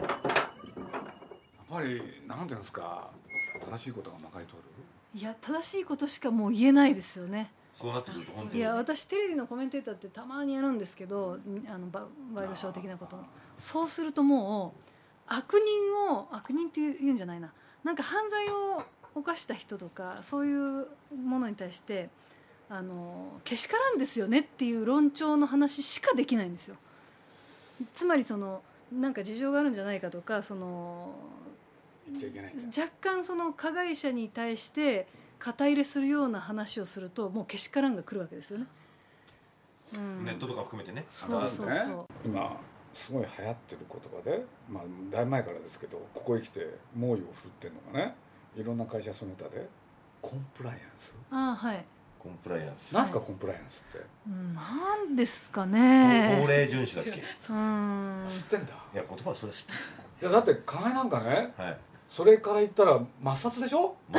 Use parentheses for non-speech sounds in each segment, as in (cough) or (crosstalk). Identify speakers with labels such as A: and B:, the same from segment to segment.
A: やっぱりなんていうんですか正しいことがまかり通る
B: いや正しいことしかもう言えないですよね
C: そうなってくると本当
B: い
C: に
B: や私テレビのコメンテーターってたまにやるんですけどあのバワイドショー的なこともそうするともう悪人を悪人って言うんじゃないななんか犯罪を犯した人とかそういうものに対してあのけしからんですよねっていう論調の話しかできないんですよ。つまりそのなんか事情があるんじゃないかとかその
A: 言っちゃいけないんだよ
B: 若干その加害者に対して肩入れするような話をするともうけしからんが来るわけですよね。うん、
C: ネットとか含めてね
B: そうそう
A: あ
B: そ
A: のね今すごい流行ってる言葉でまあだいぶ前からですけどここへ来て猛威を振るってるのがねいろんな会社その他でコンプライアンス
B: う。ああはい。
C: コンプライアンス
A: なんすかコンプライアンスって、
B: うんなんですか
C: 法
B: ね。
C: 令遵守だっけい
B: うん。
A: 知ってんだ
C: や言葉はそれ知っ
A: い
C: て
A: やだって考えなんかね
C: るはい
A: それから言ったら抹殺でしょ
C: ま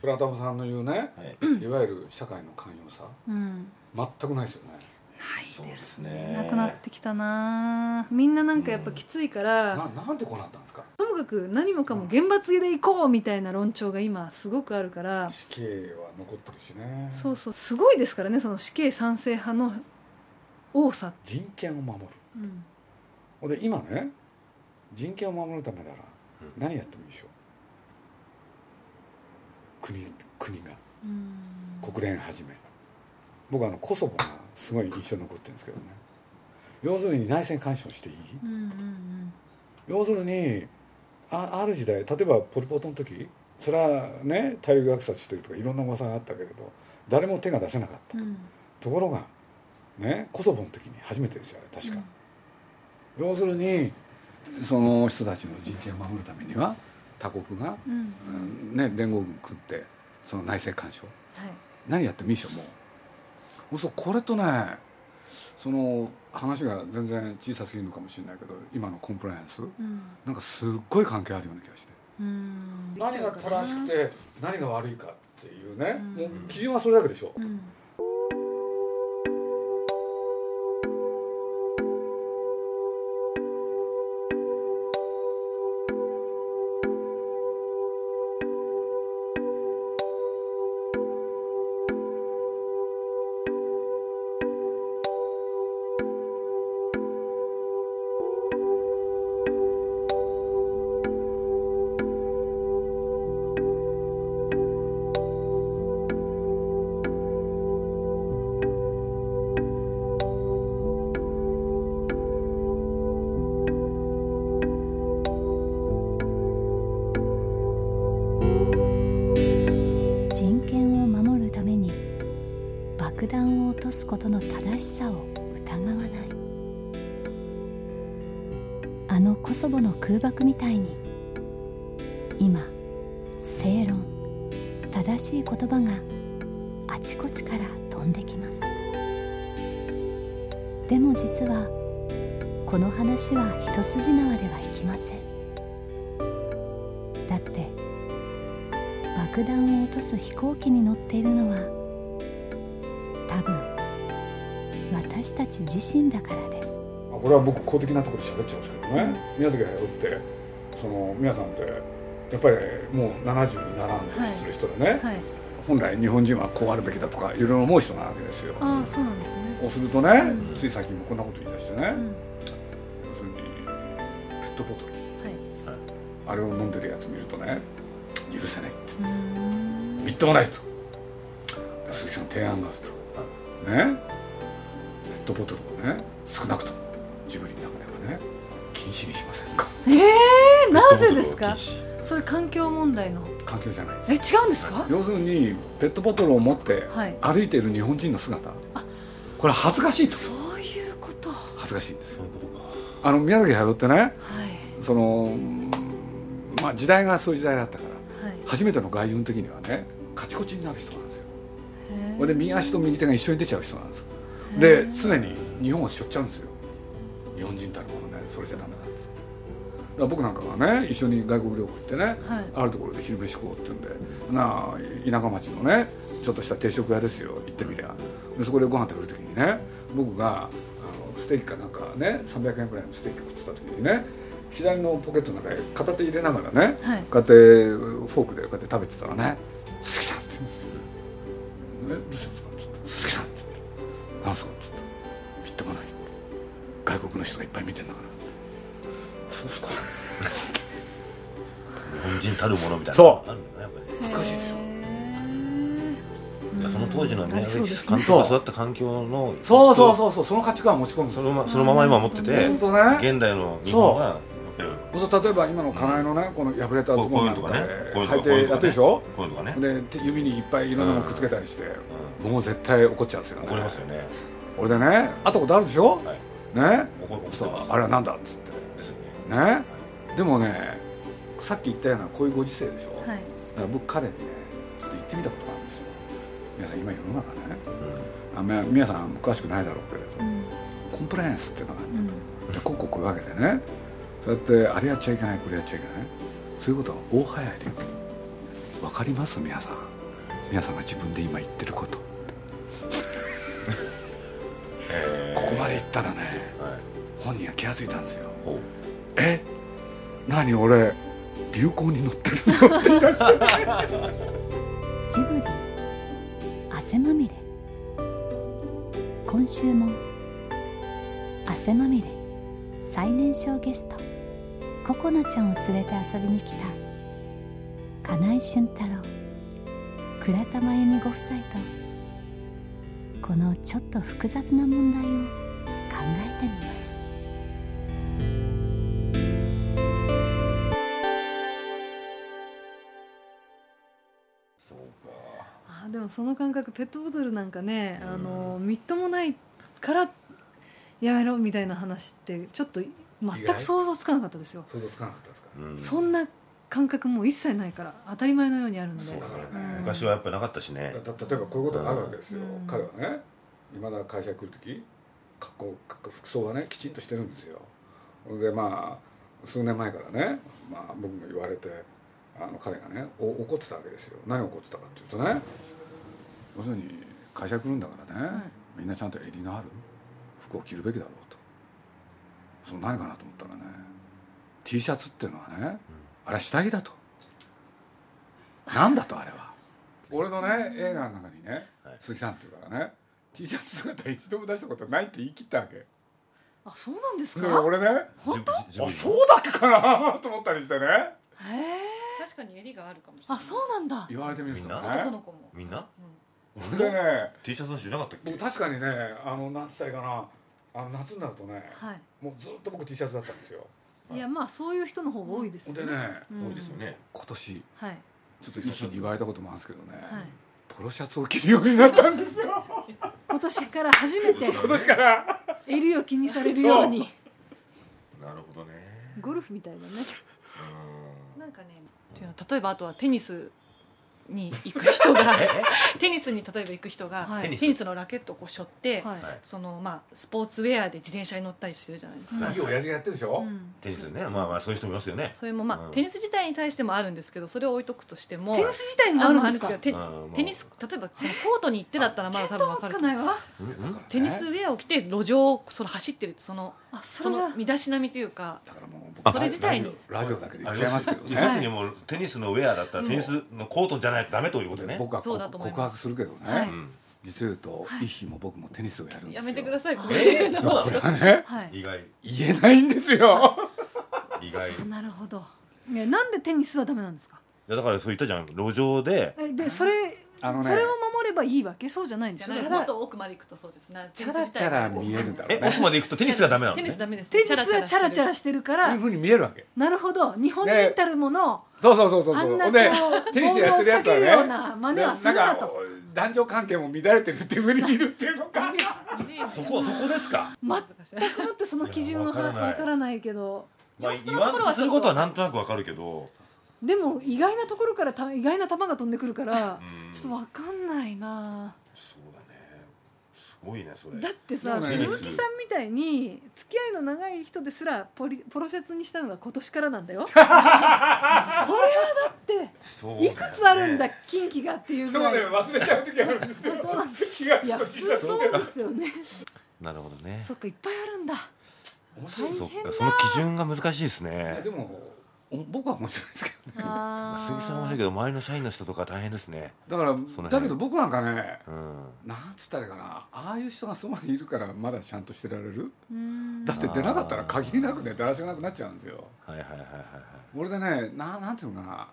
A: プラタムさんの言うね
C: たはい
A: いわゆる社会の寛容さ
B: うん。
A: 全くないですよね
B: ないです
C: そうです
B: ね。
C: ね
B: なくなってきたな。みんななんかやっぱきついから。
A: ななんでこうなったんですか
B: ともかく何もかも厳罰でいこうみたいな論調が今すごくあるから
A: 死刑は残ってるしね
B: そうそうすごいですからねその死刑賛成派の多さ、
A: 人権を守る
B: うん
A: ほんで今ね人権を守るためなら
C: うん
A: 何やってもいいでしょ、国国が
B: うん
A: 国連はじめ僕あのコソボがすごい印象に残ってるんですけどね要するに内戦干渉していい
B: うんうん
A: 要するにあある時代例えばポル・ポトの時それはね大量虐殺してるとかいろんな噂があったけれど誰も手が出せなかった、
B: うんうん
A: ところがねコソボの時に初めてですよあれ確か、要するにその人たちの人権を守るためには他国が、
B: うん
A: うんね、連合軍組んでその内政干渉
B: はい
A: 何やってもいいでしょもうそうこれとねその話が全然小さすぎるのかもしれないけど今のコンプライアンス
B: うん
A: なんかすっごい関係あるような気がして
B: うん
A: 何が正しくて何が悪いかっていうね
B: うん
A: もう基準はそれだけでしょ
B: うん
D: 人権を守るために爆弾を落とすことの正しさを疑わないあのコソボの空爆みたいに今正論正しい言葉があちこちから飛んできますでも実はこの話は一筋縄ではいきませんだって爆弾を落とす飛行機に乗っているのは多分私たち自身だからです
A: まあこれは僕公的なところで喋っちゃうんですけどね宮崎駿ってその皆さんってやっぱりもう70にならんとする人でね、
B: はい
A: 本来日本人はこうあるべきだとかいろいろ思う人なわけですよ
B: ああそうなんですね
A: そうするとね、
B: うん
A: つい最近もこんなこと言い出してね、
B: うん
A: 要するにペットボトル
B: はい
A: あれを飲んでるやつ見るとね許せないって
B: うーん
A: みっともないとで鈴木さんの提案があるとねペットボトルをね少なくともジブリの中ではね禁止にしませんか
B: えー、なぜですか
C: ペットボトルを禁止
B: それ環境問題の
A: 環境じゃないです
B: え違うんですか
A: 要するにペットボトルを持って
B: はい
A: 歩いている日本人の姿、
B: あ
A: これ恥ずかしいと
B: そういうことは
A: 恥ずかしいんですよ
C: ういうことか
A: あの宮崎駿ってね
B: い
A: その、うんまあ、時代がそういう時代だったから
B: はい
A: 初めての外遊の時にはねカチコチになる人なんですよ
B: へ
A: そ
B: ー
A: れで右足と右手が一緒に出ちゃう人なんですよ
B: へー
A: で常に日本を背負っちゃうんですよ日本人たるものねそれじゃダメだっつってだから僕なんかがね一緒に外国旅行行ってね
B: はい
A: あるところで昼飯食おうって言うんでなあ田舎町のねちょっとした定食屋ですよ行ってみりゃでそこでご飯食べる時にね僕があのステーキかなんかね300円ぐらいのステーキ食ってた時にね左のポケットの中へ片手入れながらね
B: はい
A: こうやってフォークでこうやって食べてたらね「鈴木さん」って言うんですよ「えどうしたんですか?」って言って「鈴木さん」って言って「何すか?」って言って「みっともない」って外国の人がいっぱい見てんだからってそうですか
C: 日本人たるものみたいな
A: そう
C: あるんだねやっぱり
A: 恥ずかしいでしょ
B: ょ
C: いやその当時の宮崎市
B: そ
C: 監
B: う
A: そう
C: 督が育った環境の
A: そうそうそうそうその価値観を持ち込むんです
C: そ
A: よ
C: のまそのまま今持って
A: そ
C: て
A: うするとね
C: 現代の日本はやっぱり
A: そう例えば今の金井のねこの破れた
C: こ
A: ズ
C: うこ
A: ボ
C: う
A: ン
C: いう
A: なん
C: の
A: か
C: とかねこういう
A: 履い
C: のとかこうい
A: て
C: う
A: や
C: の
A: っ
C: と
A: てる
C: か
A: でしょ
C: こういうのとかね
A: で手指にいっぱいいろんなものくっつけたりして
C: う
A: もう絶対怒っちゃうんですよ
C: ん
A: ね
C: 怒りますよね
A: 俺でね会ったことあるでしょ
C: はい
A: ね
C: 怒怒って
A: そう
C: ます
A: あれはなんだっつって
C: ですよね
A: ねでもねさっき言ったようなこういうご時世でしょ、だ
B: は
A: か
B: い
A: ら僕彼にねちょっと言ってみたことがあるんですよ皆さん今世の中ね
C: う
A: あまあ皆さん詳しくないだろうけれど、
B: うん
A: コンプライアンスっていうのがあ
B: うん
A: ってこうこうこういうわけでねそうやってあれやっちゃいけないこれやっちゃいけないそういうことは大流行りわかります皆さん皆さんが自分で今言ってること
C: えー
A: ここまで言ったらね
C: はい
A: 本人が気が付いたんですよ
C: ほう
A: え何俺流行に乗ってるのって言い出して
D: ジブリ汗まみれ今週も汗まみれ最年少ゲストココナちゃんを連れて遊びに来た金井俊太郎倉田真由美ご夫妻とこのちょっと複雑な問題を考えてみます
C: そうか
B: あでもその感覚ペットボトルなんかねあのみっともないからやめろみたいな話ってちょっと全く想像つかなかったですよ
A: 想像つかなかったですか
C: うん
B: そんな感覚もう一切ないから当たり前のようにあるので
C: そうだから
B: う
C: ね
B: ん
C: 昔はやっぱりなかったしね
A: だだ例えばこういうことがあるわけですよ、
B: うん
A: 彼はね今だ会社来る時格好格好服装はねきちんとしてるんですよほんでまあ数年前からね、まあ、僕も言われてあの彼がねお怒ってたわけですよ何を怒ってたかっていうとね要するに会社来るんだからね、
B: はい
A: みんなちゃんと襟のある服を着るべきだろうとその何かなと思ったらね T シャツっていうのはね、あれは下着だとなんだとあれは俺のね映画の中にね、
C: はい
A: 鈴木さんっていうからね T シャツ姿一度も出したことないって言い切ったわけ
B: あそうなんです
A: だ
B: か
A: から俺ねあ
C: 本当
A: そうだっけかなと思ったりしてね
B: へえ
E: 確かに襟があるかもしれない
B: あそうなんだ
A: 言われてみると
C: みん
E: 男
A: ね
E: の子も
C: みんな
A: それでね
C: T シャツの人いなかったっけ
A: 僕確かにねあのなんつったらいいかなあの夏になるとね
B: は
A: もうずっと僕 T シャツだったんですよ
B: いいやまあそういう人の方が多いです
A: ほんで
B: よね
A: ね
B: うん
C: 多いですよね
A: 今年
B: はい
A: ちょっと一気に言われたこともあるんですけどね、
B: はい
A: ポロシャツを着るようになったんですよ
B: 今年から初めて
A: 今年から
B: 襟を気にされるように
C: なるほどね
B: ゴルフみたいだね
C: うん
E: なんかねっていうのは例えばあとはテニスに行く
B: (laughs)
E: 人がテニスに例えば行く人が、
B: はい
E: テニステニスのラケットをこう背負って、
B: はい
C: はい
E: そのまあスポーツウェアで自転車に乗ったりしてるじゃないですか、
A: いい親父がやってるでしょ、
B: うん
C: テニスねまあまあそういう人もいますよね
E: それもまあ、
C: うん
E: テニス自体に対してもあるんですけどそれを置いとくとしても
B: テニス自体にもあるんですか
E: けど
C: あ
E: テ
C: ーもう
E: テニス例えばそのコートに行ってだったらまだ多分わか
B: つ
E: る
B: かないわ
C: うんうん
A: だからね
E: テニスウェアを着て路上をその走ってるってその
B: あそ
E: そ
B: れが
E: の身だしなみというか
A: だからもう
E: それ自体に
A: ラジオラジオだけで言っちゃいますけどね、
C: 要するにもうテニスのウェアだったら
E: うん
C: テニスのコートじゃないとダメということね。
A: 僕はこ
E: そうだと思います
A: 告白するけどね、
B: は
C: う
B: い
C: ん
A: 実を言うと、い、い日も僕もテニスをやるんですよ
E: やめてくださいこれ
C: えー
A: これはね
B: はい
C: 意外
A: 言えないんですよ
C: 意外。い
B: あなるほどねなんでテニスはダメなんですか
C: やだからそう言ったじゃん。路上で
B: えでそれ
A: あのね
B: それを守ればいいわけそうじゃないんで
E: じゃ
B: すよ
E: ない
B: チ
E: です
B: ャ
E: も
B: ラ
E: っと奥まで行くとそうですね
A: チャラチャラ見えるんだろ
C: え
A: う
C: 奥
A: ね
C: まで行くとテニスがダメなの
E: テニスダメです
B: テニスはチャラチャラ
E: し
B: してるか
A: そういう
B: ら
A: ふうに見えるわけ
B: なるほど日本人たるもの
A: そうそうそうそう
B: あ
A: そ
B: ん
A: う
B: な
A: ほん
B: こう
A: でテニスやってるやつは
B: ボールを追っかけるよう
A: ね
B: な真似はす
A: な
B: るなん
A: か
B: と
A: 男女関係も乱れてるって無理見るっていうのか
C: そこはそこですか
B: 全くもってその基準はわ
C: いやわからない
B: からないけど
C: まあ
E: 洋服
C: 言
E: のと
C: わん
E: ころ
C: と
E: はちょっと
C: することはなんとなくわかるけど
B: でも意外なところからた意外な球が飛んでくるから
C: うん
B: ちょっとわかんないな
C: そうだねすごいねそれ
B: だってさ
A: そう
B: 鈴
A: ね
B: 木さんみたいに付き合いの長い人ですらポリポロシャツにしたのが今年からなんだよそれはだっ
C: そ
B: て
C: うだ
B: い
C: よね
B: くつあるんだ近畿がっていう
A: で
B: ぐ
A: も
B: ら
A: ね
B: い
A: 忘れちゃう時あるんですよ
B: (laughs) そうそうなん
A: 気が
B: いや普
A: つい
B: 通そうですよね
C: なるほどね
B: そっかいっぱいあるんだ
A: 面白い
C: そっ
B: 変
C: か
B: だ
C: その基準が難しいです
A: いや
C: ね
A: でもお僕は面白いですけどね
C: ま
B: あ
C: あ
B: ー
C: 鈴木さんは面白いけど周りの社員の人とか大変ですね
A: だから
C: 辺
A: だけど僕なんかね
C: うん
A: なんつったらいいかなああいう人がそばにいるからまだちゃんとしてられる
B: うん
A: だって出なかったら限りなくねだらしがなくなっちゃうんですよ
C: はいはいはいはいはい
A: 俺でねななんていうのかな
C: うん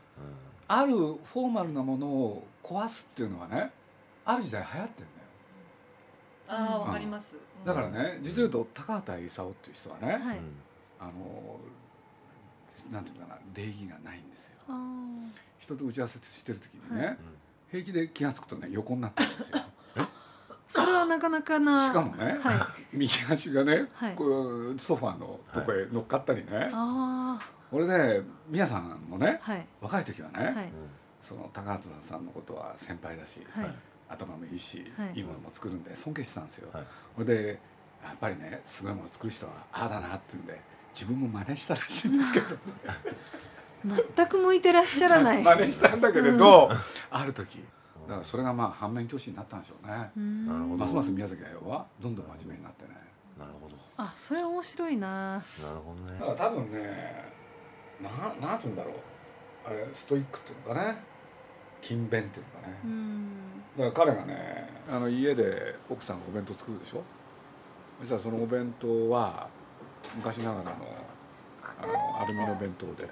A: あるフォーマルなものを壊すっていうのはねある時代流行ってん
E: ああわかります
A: だよだからね実を言うと高畑勲っていう人はね、
B: はい
C: うん
A: あのなんていうのかな礼儀がないんですよ
B: あー
A: 人と打ち合わせしてる時にね、
B: はい
A: 平気で気が付くとね横になってるん
B: (laughs)
A: ですよ
B: それはなかなかな
A: しかもね、
B: はい
A: (laughs) 右足がね、
B: はい
A: こうソファーのとこへ乗っかったりね、
B: あ
A: 俺ね宮さんもね
B: あはい
A: 若い時はね、
B: はい
A: その高畑さんのことは先輩だし、
B: はい
A: 頭もいいし、
B: はい
A: い、いものも作るんで尊敬してたんですよ、
C: はい
A: それでやっぱりねすごいもの作る人はああだなっていうんで自分も真似したらしいんですけど
B: 全く向いてらっしゃらない
A: 真似したんだけれど、ある時だからそれがまあ反面教師になったんでしょうね、
B: な
C: なるほど
A: ますます宮崎駿はどんどん真面目になってね
C: なるほど
B: あそれ面白いな
C: なるほどね
A: だから多分ねななんて言うんだろうあれストイックっていうのかね勤勉っていうのかね、
B: うん
A: だから彼がねあの家で奥さんがお弁当作るでしょそしたらそのお弁当は昔ながらのあのアルミの弁当で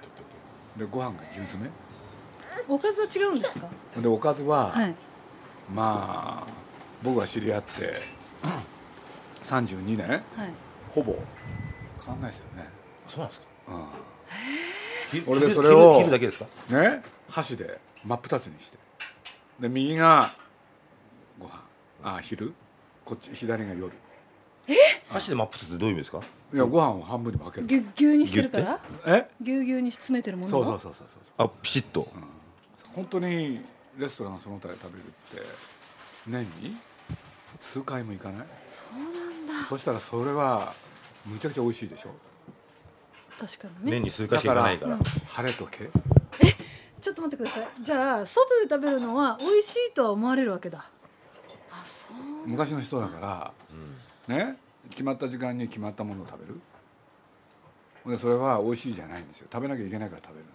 A: でご飯が牛詰め
B: おかずは違うんですか
A: でおかずは、
B: はい
A: まあ僕が知り合って32年
B: はい
A: ほぼ変わんないですよね、
C: そうなんですか
A: う
C: ひ
A: 俺で
C: ひ
A: それを
C: 切るだけですか
A: ん、ね箸で真っ二つにしてで右がご飯あ昼こっち左が夜
C: 箸でマップするってどういう意味ですか
A: いやご飯を半分に分ける
B: ぎゅっぎゅうにしてるから
A: え
B: ぎゅうぎゅうに詰めてるもの
A: そうそうそうそうそう
C: あピシッと
A: 本当にレストランその他で食べるって年に数回も行かない
B: そうなんだ
A: そしたらそれはむちゃくちゃ美味しいでしょ
B: 確かにね
C: 年に数回しかいかないから
A: 晴れとけ
B: ちょっと待ってくださいじゃあ外で食べるのは美味しいとは思われるわけだあそう
A: 昔の人だか
C: うん
A: らね決まった時間に決まったものを食べるでそれは美味しいじゃないんですよ食べなきゃいけないから食べるんで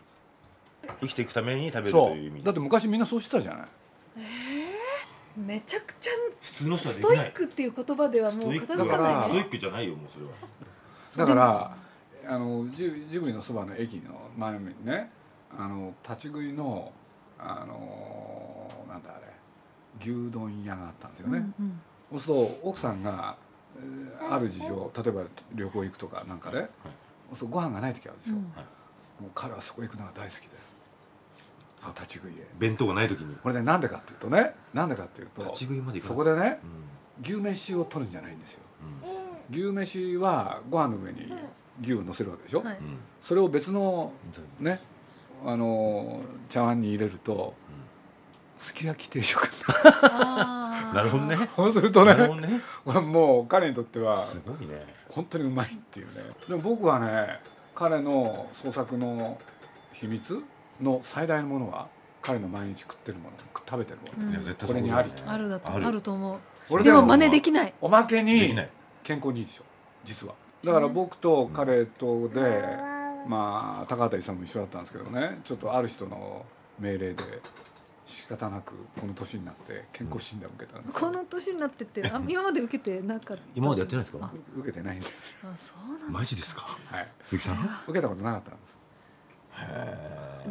C: 生きていくために食べ
A: す
C: る
A: そ
C: という意味
A: うだって昔みんなそうしてたじゃない
B: めちゃくちゃ
C: 普通の人は
B: ス
C: でき
B: トイ
C: な
B: ッ
C: い
B: クっていう言葉では
C: ス
B: も
C: ト
B: う
C: イッ
B: 片
C: ク
B: 付
C: だ
B: か
C: か
B: ない
C: ら
B: ね
C: ストイックじゃないよもうそれは
A: だからあのジジブリのそばの駅の前にねあの立ち食いのあのなんだあれ牛丼屋があったんですよね、
B: うん
A: そうすると奥さんが、えーある事情例えば旅行行くとかなんかで、そうご飯がない時あるでし
B: う
A: ょ、
B: ん
A: もう彼はそこ行くのが大好きでそう立ち食いへ
C: 弁当がない時に
A: これでなんでかっていうとねなんでかっていうと
C: 立ち食いまでいか
A: そ
C: ない
A: こでね
C: うん
A: 牛飯を取るんじゃないんですよ
C: うん
A: 牛飯はご飯の上に牛を乗せるわけでしょ、
B: はい
C: うん
A: それを別の
C: う
A: ねあの茶碗に入れると、すき焼き定食になる
B: あ
C: ん
B: ー
C: なるほどね
A: そうすると
C: なるほ
A: ね
C: どね
A: これもう彼にとっては
C: すごいね
A: 本当にうまいっていうねでも僕はね彼の創作の秘密の最大のものは彼の毎日食ってるもの食べてるもの、
B: うん
C: いや絶対
A: これにありと
B: あるだと
C: ある
B: あると思う
A: 俺
B: で
A: でも
B: も真似できない
A: おまけ
C: で
A: に
C: きない
A: 健康にいいでしょ実はだから僕と彼とで、まあ高畑さんも一緒だったんですけどねちょっとある人の命令で仕方なくこの年になって健康診断を受けたんですけ
B: こ
A: ど、
B: の年になってってあ今まで受けてなかった
C: 今までやってないですか
A: 受けてないんですよ
B: あそうなんだ
C: マジですか
A: はい
C: 鈴木さん
A: 受けたことなかったんで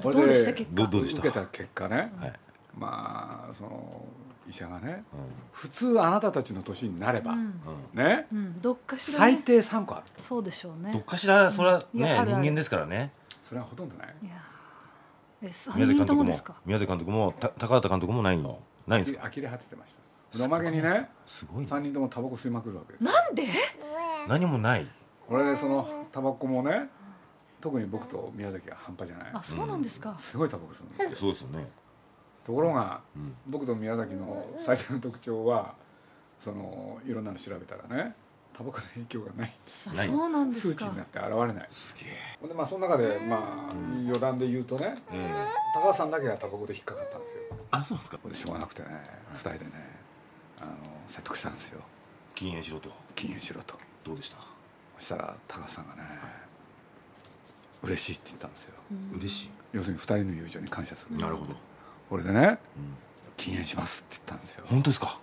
A: す
B: どうでした結果
C: どどうでした
A: 受けた結果ね、
C: はい
A: まあその医者がね普通あなたたちの年になれば、
B: うん
C: うん
A: ね
B: うん、どっかしら、
A: 最
B: ね、
A: 低3個あると
B: そうでしょうね
C: どっかしらそれは
B: うんいや
C: ね
B: あるある
C: 人間ですからね
A: それはほとんどない
B: いやーえ3
C: 宮崎
B: 人
C: 監
B: と
C: 督
B: も
C: も
B: ですか
C: 宮崎監督もた高畑監督もないのないんですか
A: 呆れ果ててましたのまげにね
C: すごいね
A: 3人ともタバコ吸いまくるわけです
B: なんで
C: 何もない
A: 俺そのタバコもね特に僕と宮崎は半端じゃない
B: あそうなんですか、
A: すごいタバコ吸うんですよ
C: そうですよね
A: ところが
C: うん
A: 僕と宮崎の最大の特徴はそのいろんなの調べたらねタバコの影響がないんです
B: あ
C: ない
B: そうなんです
A: 数値
B: か
A: になって現れない
C: すげ
A: ほんでまあその中でまあ余談で言うとね
C: ええ
A: 高橋さんだけがタバコで引っかかったんですよ
C: あそうなんですか
A: これしょうがなくてね2人でねあの説得したんですよ
C: 禁煙しろと
A: 禁煙しろと
C: どうでした
A: そしたら高橋さんがね嬉しいって言ったんですよ
C: 嬉し
A: 要するに2人の友情に感謝する
C: いなるほど
A: 俺でね
C: うん
A: 禁煙しますって言ったんですよ
C: 本当ですか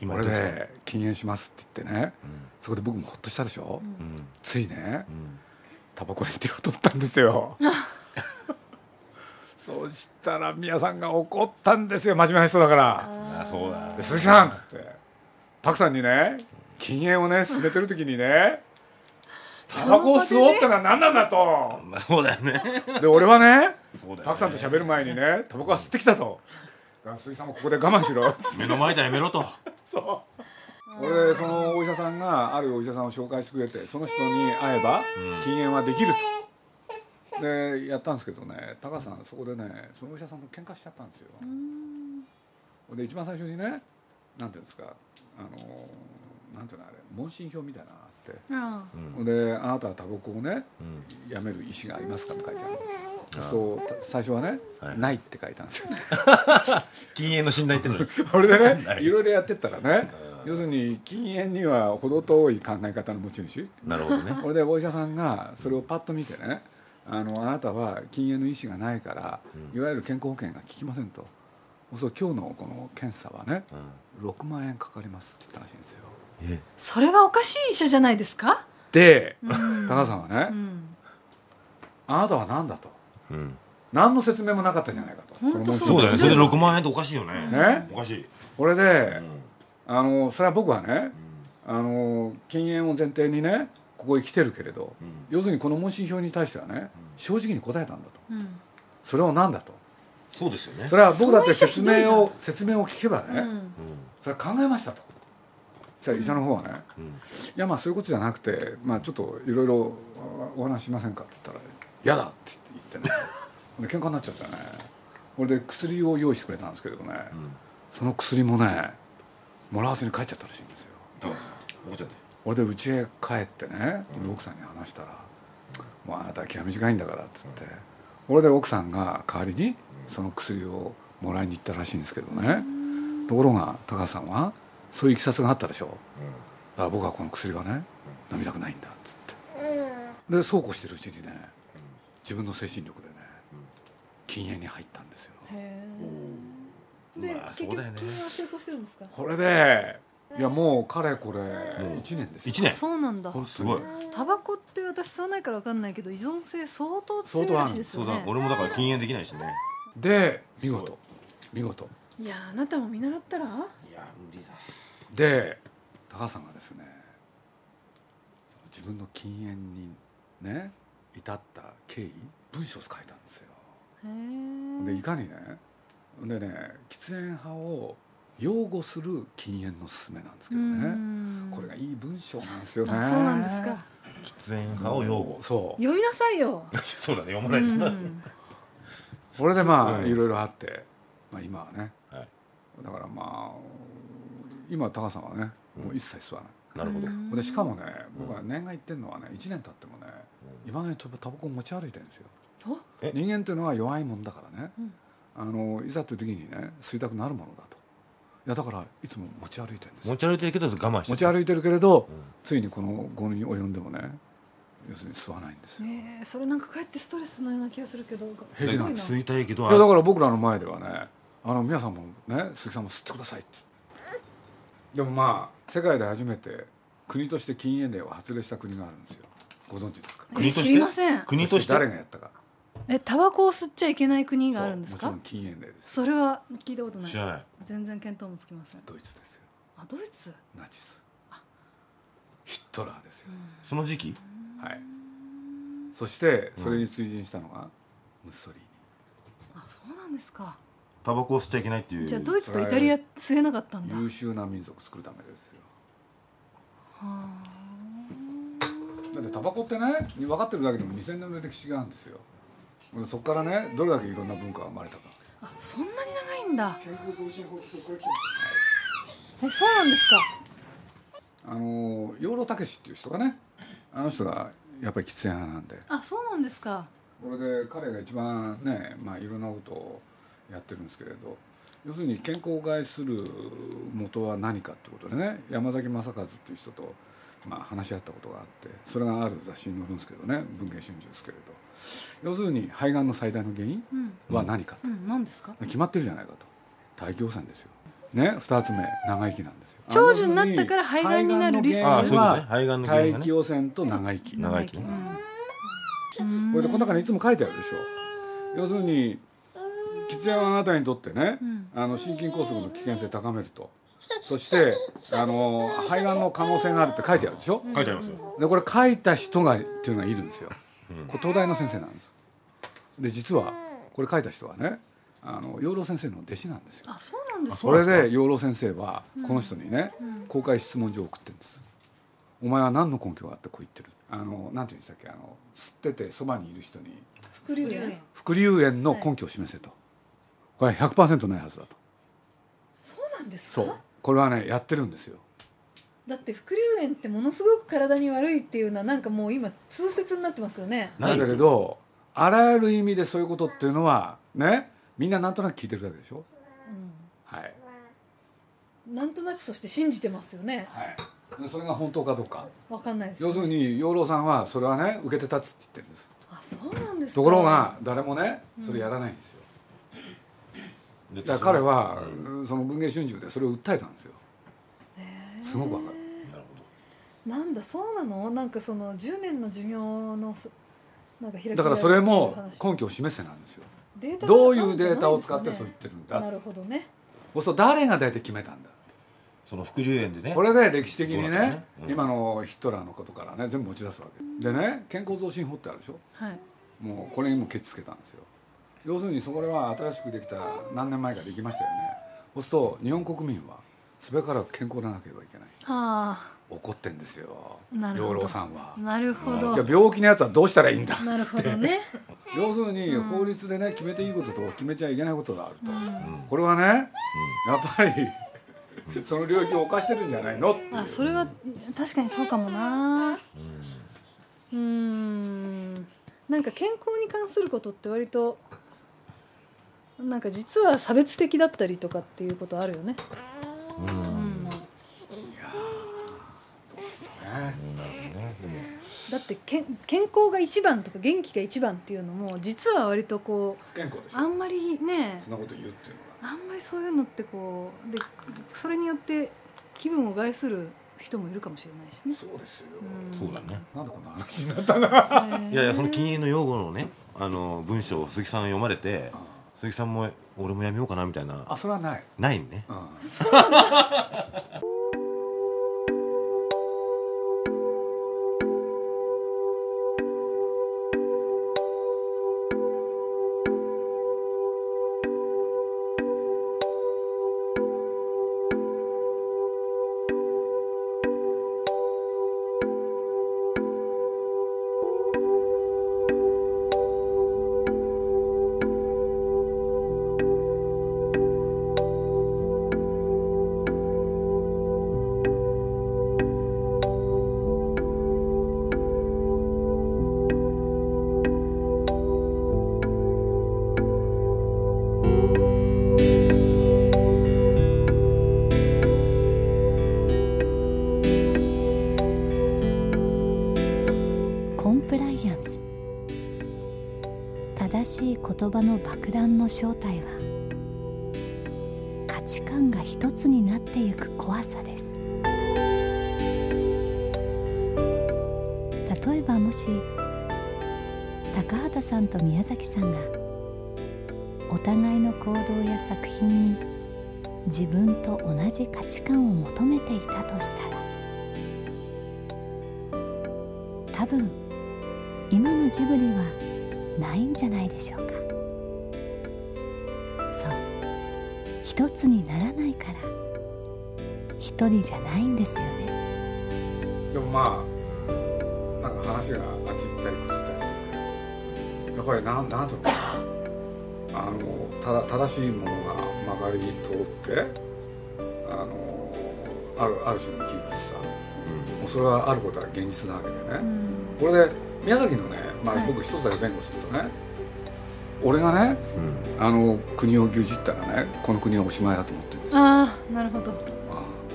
C: 今
A: 俺
C: どうですか
A: で禁煙しますって言ってねそこで僕もほっとしたでしょ、
C: うんうん
A: ついね
C: うん
A: タバコに手を取ったんです
C: (laughs)
A: よそうしたら宮さんが怒ったんですよ真面目な人だから
C: あそうだ
A: で鈴木さんっつってパクさんにね禁煙をね進めてる時にねタバコを吸おうってのは何なんだと
C: まあそうだよね
A: で俺はね
C: そうだよね
A: パクさんと喋る前にねタバコは吸ってきたとだから鈴木さんもここで我慢し
C: (laughs)
A: ろ
C: 目の前でやめろと
A: 俺そのお医者さんがあるお医者さんを紹介してくれてその人に会えば禁煙はできると、でやったんですけどね高橋さんそこでねそのお医者さんと喧嘩しちゃったんですよで一番最初にねなんていうんですかあのなんていうのあれ問診票みたいなのがあって
B: あ
C: う
A: ほ
C: ん
A: んで「あなたはタバコをね
C: うん
A: やめる意思がありますか?」って書いてある
C: あ
A: そうた最初はね「
C: はい
A: ない」って書いたんですよ
C: 禁煙の信頼ってのに
A: 俺でね
C: ない
A: いろいろやってったらね
C: うん
A: 要するに禁煙には程遠い考え方の持ち主
C: なるほどね
A: これでお医者さんがそれをパッと見てねあのあなたは禁煙の意思がないから、
C: うん
A: いわゆる健康保険が効きませんとそう今日のこの検査はね
C: うん
A: 6万円かかりますって言ったらしいんですよ
C: え
B: それはおかしい医者じゃないですか、
A: で
B: うん
A: 高橋さんはね、
B: うん
A: あなたは何だと
C: うん
A: 何の説明もなかったじゃないかと
B: 本当
A: その
C: そうだよねそれで
A: 問診
C: 6万円っておかしいよね
A: ね
C: おかしい
A: これ
C: う
A: で
C: ん
A: あのそれは僕はね
C: うん
A: あの禁煙を前提にねここへ来てるけれど、
C: うん
A: 要するにこの問診票に対してはね正直に答えたんだと
B: うん
A: それを何だと
C: そうですよね
A: それは僕だって
B: そういう人
A: 説
B: ひどいな
A: 明を説明を聞けば
B: う
A: ね、
B: ん
C: う
A: それは考えましたとじゃあ医者の方はね、い
C: んうん
A: やまあそういうことじゃなくて、まあ、ちょっといろいろお話ししませんかって言ったら「嫌だ」って言って
B: (laughs)
A: ねで喧嘩になっちゃったねこれで薬を用意してくれたんですけれどね、
C: ん
A: その薬もねもらわずに帰っちゃったらしいんですよ
C: だから怒っちゃって
A: 俺で家へ帰ってねで奥さんに話したら「もうあなたは気が短いんだから」って言って俺で奥さんが代わりにその薬をもらいに行ったらしいんですけどねところが高橋さんはそういういきさつがあったでしょだから僕はこの薬がね飲みたくないんだっつってでそうこうしてるうちにね自分の精神力でね禁煙に入ったんですよ
B: へえ
C: うん
B: で、
C: まあ
B: 結
C: そう
B: 局
C: だよね
B: 金は成功してるんですか
A: これでいやもうかれこれ
C: ん
A: 1年ですよ
C: 一年
B: そうなんだ
A: 本当に
C: すごい
B: タバコって私吸わないからわかんないけど依存性相当強いらしいです
C: そ
B: よ
C: うだ
B: ね
C: 俺もだから禁煙できないしね
A: で見
C: す
A: 事見事
B: いやあなたも見習ったら
C: いや無理だ
A: で高橋さんがですねその自分の禁煙にね至った経緯文章を書いたんですよ
B: へ
A: でい
B: え
A: かにねでね喫煙派を擁護する禁煙の勧めなんですけどねこれがいい文章なんですよね
B: あそうなんですか
C: 喫煙派を擁護
A: そう
B: 読みなさいよ
C: そうだね読ま
B: う
C: ないとなん
A: それでまあ
C: うん
A: いろいろあって、まあ、今はね、
C: はい
A: だからまあ今高橋さんはねもう一切吸わない、
C: なるほど
A: でしかもね僕は年が言ってるのはね1年経ってもね今までタバコを持ち歩いてるんですよ
B: お
C: え
A: 人間というのは弱いもんだからね、
B: うん
A: あのいざという時にね吸いたくなるものだといやだからいつも持ち歩いてるんですよ
C: 持ち歩いてるけど我慢して
A: 持ち歩いてるけれど、
C: うん
A: ついにこの5に及んでもね要するに吸わないんですよ、
B: ねえそれなんかかえってストレスのような気がするけどす
A: 平気な
B: ご
A: ん
B: い
A: で
B: な
C: 吸いたいけど
A: いやだから僕らの前ではねあの皆さんもね鈴木さんも吸ってくださいってでもまあ世界で初めて国として禁煙令を発令した国があるんですよご存知ですか
C: 国として
B: 知りません
C: 国とし
A: そ誰
C: て
A: がやったか
B: えタバコを吸っちゃいけない国があるんです
A: もちろ
B: か
A: ん禁煙令です
B: それは聞いたことない
C: 知らない
B: 全然見当もつきません
A: ドイツですよ
B: あドイツ
A: ナチスヒットラーですよ、
C: その時期
A: はいそしてそれに追随したのがムッソリーニ
B: あそうなんですか
C: タバコを吸っちゃいけないっていう
B: じゃあドイツとイタリア吸えなかったんだ
A: 優秀な民族作るためですよ
B: は
A: だってタバコってね分かってるだけでも2000年の歴史があるんですよそこからねどれだけいろんな文化が生まれたか
B: ああそんなに長いんだ
F: 健康増進法ってそこから来
B: えそうなんですか
A: あの養老孟司っていう人がねあの人がやっぱり喫煙派なんで
B: あそうなんですか
A: これで彼が一番ね、まあ、いろんなことをやってるんですけれど要するに健康を害する元は何かってことでね山崎正和っていう人と、まあ、話し合ったことがあってそれがある雑誌に載るんですけどね「文藝春秋」ですけれど要するに肺がんの最大の原因
B: うん
A: は何か
B: うん何ですか
A: 決まってるじゃないかと大気汚染ですよね2つ目長生きなんですよ
B: 長寿になったから肺がんになるリスク
C: ああそういうことね
A: は
C: 肺がんの原因
A: 大
C: がね
A: 気汚染と長生きこ
C: 長生きね
B: うん
A: れでこの中にいつも書いてあるでしょ要するに喫煙はあなたにとってね、
B: うん
A: あの心筋梗塞の危険性高めるとそしてあの肺がんの可能性があるって書いてあるでしょ
C: 書いてありますよ
A: でこれ書いた人がっていうのがいるんですよ、
C: うん
A: これ東大の先生なんですで実はこれ書いた人はねあの養老先生の弟子なんですよ
B: あそうなんです
A: それで養老先生はこの人にね、公開質問状を送ってるんですお前は何の根拠があってこう言ってるあのなんて言うんでしたっけあの吸っててそばにいる人に
B: 副流炎
A: 副流炎の根拠を示せと、これは100%ないはずだと
B: そうなんです
A: そう
B: か
A: これはねやってるんですよ
B: だって副流炎ってものすごく体に悪いっていうのはなんかもう今通説になってますよね
A: だ
C: ない
A: けれどあらゆる意味でそういうことっていうのはねみんななんとなく聞いてるだけでしょはい、
B: なんとなくそして信じてますよね
A: はい、でそれが本当かどうか
B: わかんないです
A: 要するに養老さんはそれはね受けて立つって言ってるんです
B: あそうなんですか
A: ところが誰もねそれやらないんですよ、だから彼は、その文藝春秋でそれを訴えたんですよすごくわかる
C: なるほど
B: なんだそうなのなんかその10年の寿命のそなんか開き
A: だからそれも
B: があるっていう話
A: 根拠を示せなんですよ
B: データが
A: どういうデータを使ってそう言ってるんだ
B: なるほどね
A: そうすると誰が大体決めたんだ
C: その副流炎で
A: (laughs)
C: ね
A: これで歴史的にね
C: どうなったかねうん
A: 今のヒットラーのことからね全部持ち出すわけでね健康増進法ってあるでしょ
B: はい
A: もうこれにもケチつけたんですよ要するにそこらは新しくできた何年前かできましたよねそうすると日本国民はすべからく健康でなければいけない
B: あ
A: 怒ってんですよ
B: なるほど
A: 養老さんは
B: あなるほど
A: じゃあ病気のやつはどうしたらいいんだっ
B: なる
A: つ
B: ほ
A: って
B: どね
A: 要するに法律でね決めていいことと決めちゃいけないことがあると、これはね、やっぱりその領域を犯してるんじゃないのっていう
B: あそれは確かにそうかもなうんんなんか健康に関することって割となんか実は差別的だったりとかっていうことあるよねうん
A: ね
B: だってけん健康が一番とか元気が一番っていうのも実は割とこう
A: 不健康でしょ
B: あんまりね
A: そんなこと言うっていうの
B: あんまりそういうのってこうでそれによって気分を害する人もいるかもしれないしね
A: が。そうですよ、
C: そうだね
A: なんでこんな話になった
B: へー
C: いやいやその禁煙の用語のねあの文章を鈴木さんが読まれて鈴木さんも俺もやめようかなみたいな
A: あそれはない、
C: ないね
A: うん、
D: コンプライアンス正しい言葉の爆弾の正体は価値観が一つになってゆく怖さです例えばもし高畑さんと宮崎さんがお互いの行動や作品に自分と同じ価値観を求めていたとしたら多分今のジブリはないんじゃないでしょうかそう一つにならないから一人じゃないんですよね
A: でもまあなんか話があっち行ったりこっち行ったりしてるけどやっぱりなんなんとかあのただ正しいものが曲がり通ってあのあるある種の窮屈さもうそれはあることは現実なわけでね、これで宮崎のね、まあ、僕一つだけ弁護するとね、俺がね
C: うん
A: あの国を牛耳ったらねこの国はおしまいだと思ってるんですよ
B: ああなるほど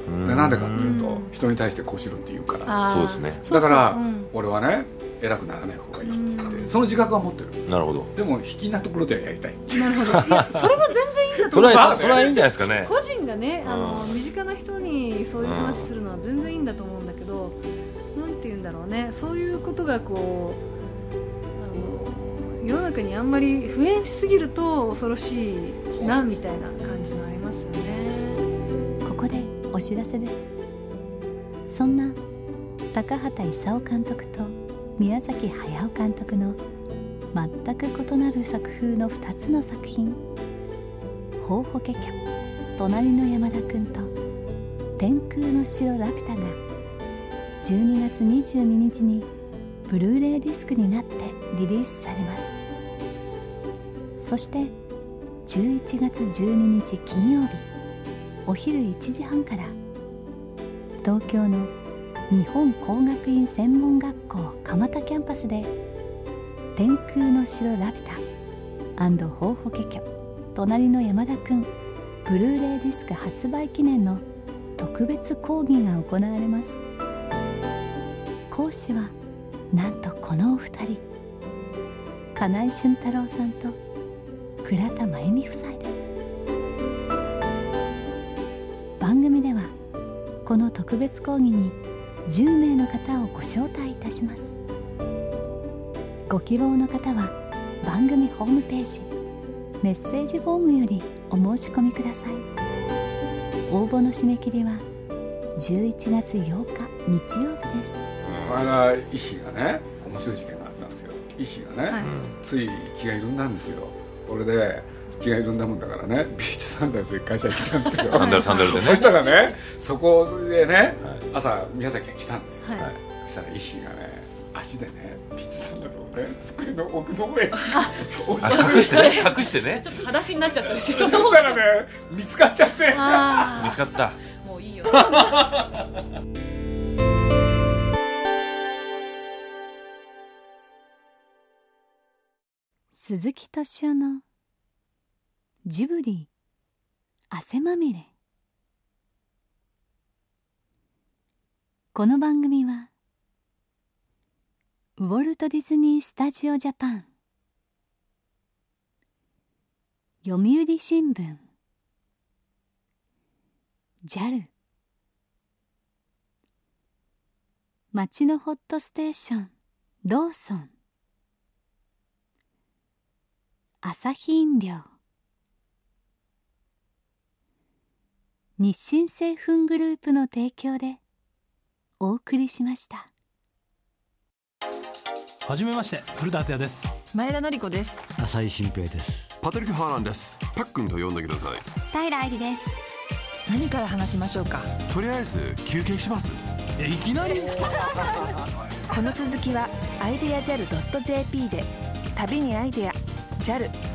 C: うん
A: でなんでかっていうと、
B: うん
A: 人に対してこうしろって言うから
B: あー
C: そうですね
B: そうそう
A: だから
B: うん
A: 俺はね偉くならない方がいいっつって、
B: うん
A: その自覚は持ってる
C: なるほど
A: でも卑近なところではやりたい
B: なるほどいやそれも全然いいんだと
C: そ
B: 思
C: れ
B: う
C: はそれはいいんじゃないですかね
B: 個人がねあの
C: うん
B: 身近な人にそういう話するのは全然いいんだと思うんだけどなんて言うんだろうねそういうことがこうあの世の中にあんまり不縁しすぎると恐ろしいなみたいな感じもありますよね。
D: ここでお知らせですそんな高畑勲監督と宮崎駿監督の全く異なる作風の2つの作品「ほうほけきょ隣の山田くん」と「天空の城ラピュタ」が12月22日にブルーレイディスクになってリリースされますそして11月12日金曜日お昼1時半から東京の日本工学院専門学校蒲田キャンパスで「天空の城ラピュタ」ホーホケキョ隣の山田くんブルーレイディスク発売記念の特別講義が行われます講師はなんとこのお二人金井俊太郎さんと倉田真由美夫妻です番組ではこの特別講義に10名の方をご招待いたしますご希望の方は番組ホームページメッセージフォームよりお申し込みください応募の締め切りは11月8日日曜日です
A: この間医師がね面白い事件があったんですよ医師がね、
B: はい
A: つい気が緩んだんですよ俺で気が緩んだもんだからねビーチサンダルで会社に来たんですよ
C: (laughs) サンダルサンダルで
A: そ
C: ね
A: したらねそこでね
C: はい
A: 朝宮崎が来たんですよ、
B: はい
C: はい
A: そしたら医師がね足でねビーチサンダルをね机の奥の上に押し
C: あ隠してね隠してね
E: ちょっと裸足になっちゃったりして
A: そしたらね見つかっちゃって
E: あ
C: 見つかった
E: ーもういいよ
D: 鈴木敏夫のジブリ汗まみれこの番組はウォルト・ディズニー・スタジオ・ジャパン読売新聞 JAL 町のホットステーションローソン朝日飲料日清製粉グループの提供でお送りしました。
F: はじめまして古田敦也です
E: 前田紀子です
G: 浅井新平です
H: パトリック・ハーランですパックンと呼んでください
I: 平愛理です
E: 何から話しましょうか
H: とりあえず休憩します
F: えいきなり
I: この続きはアイデア JAL.jp で旅にアイデア JAL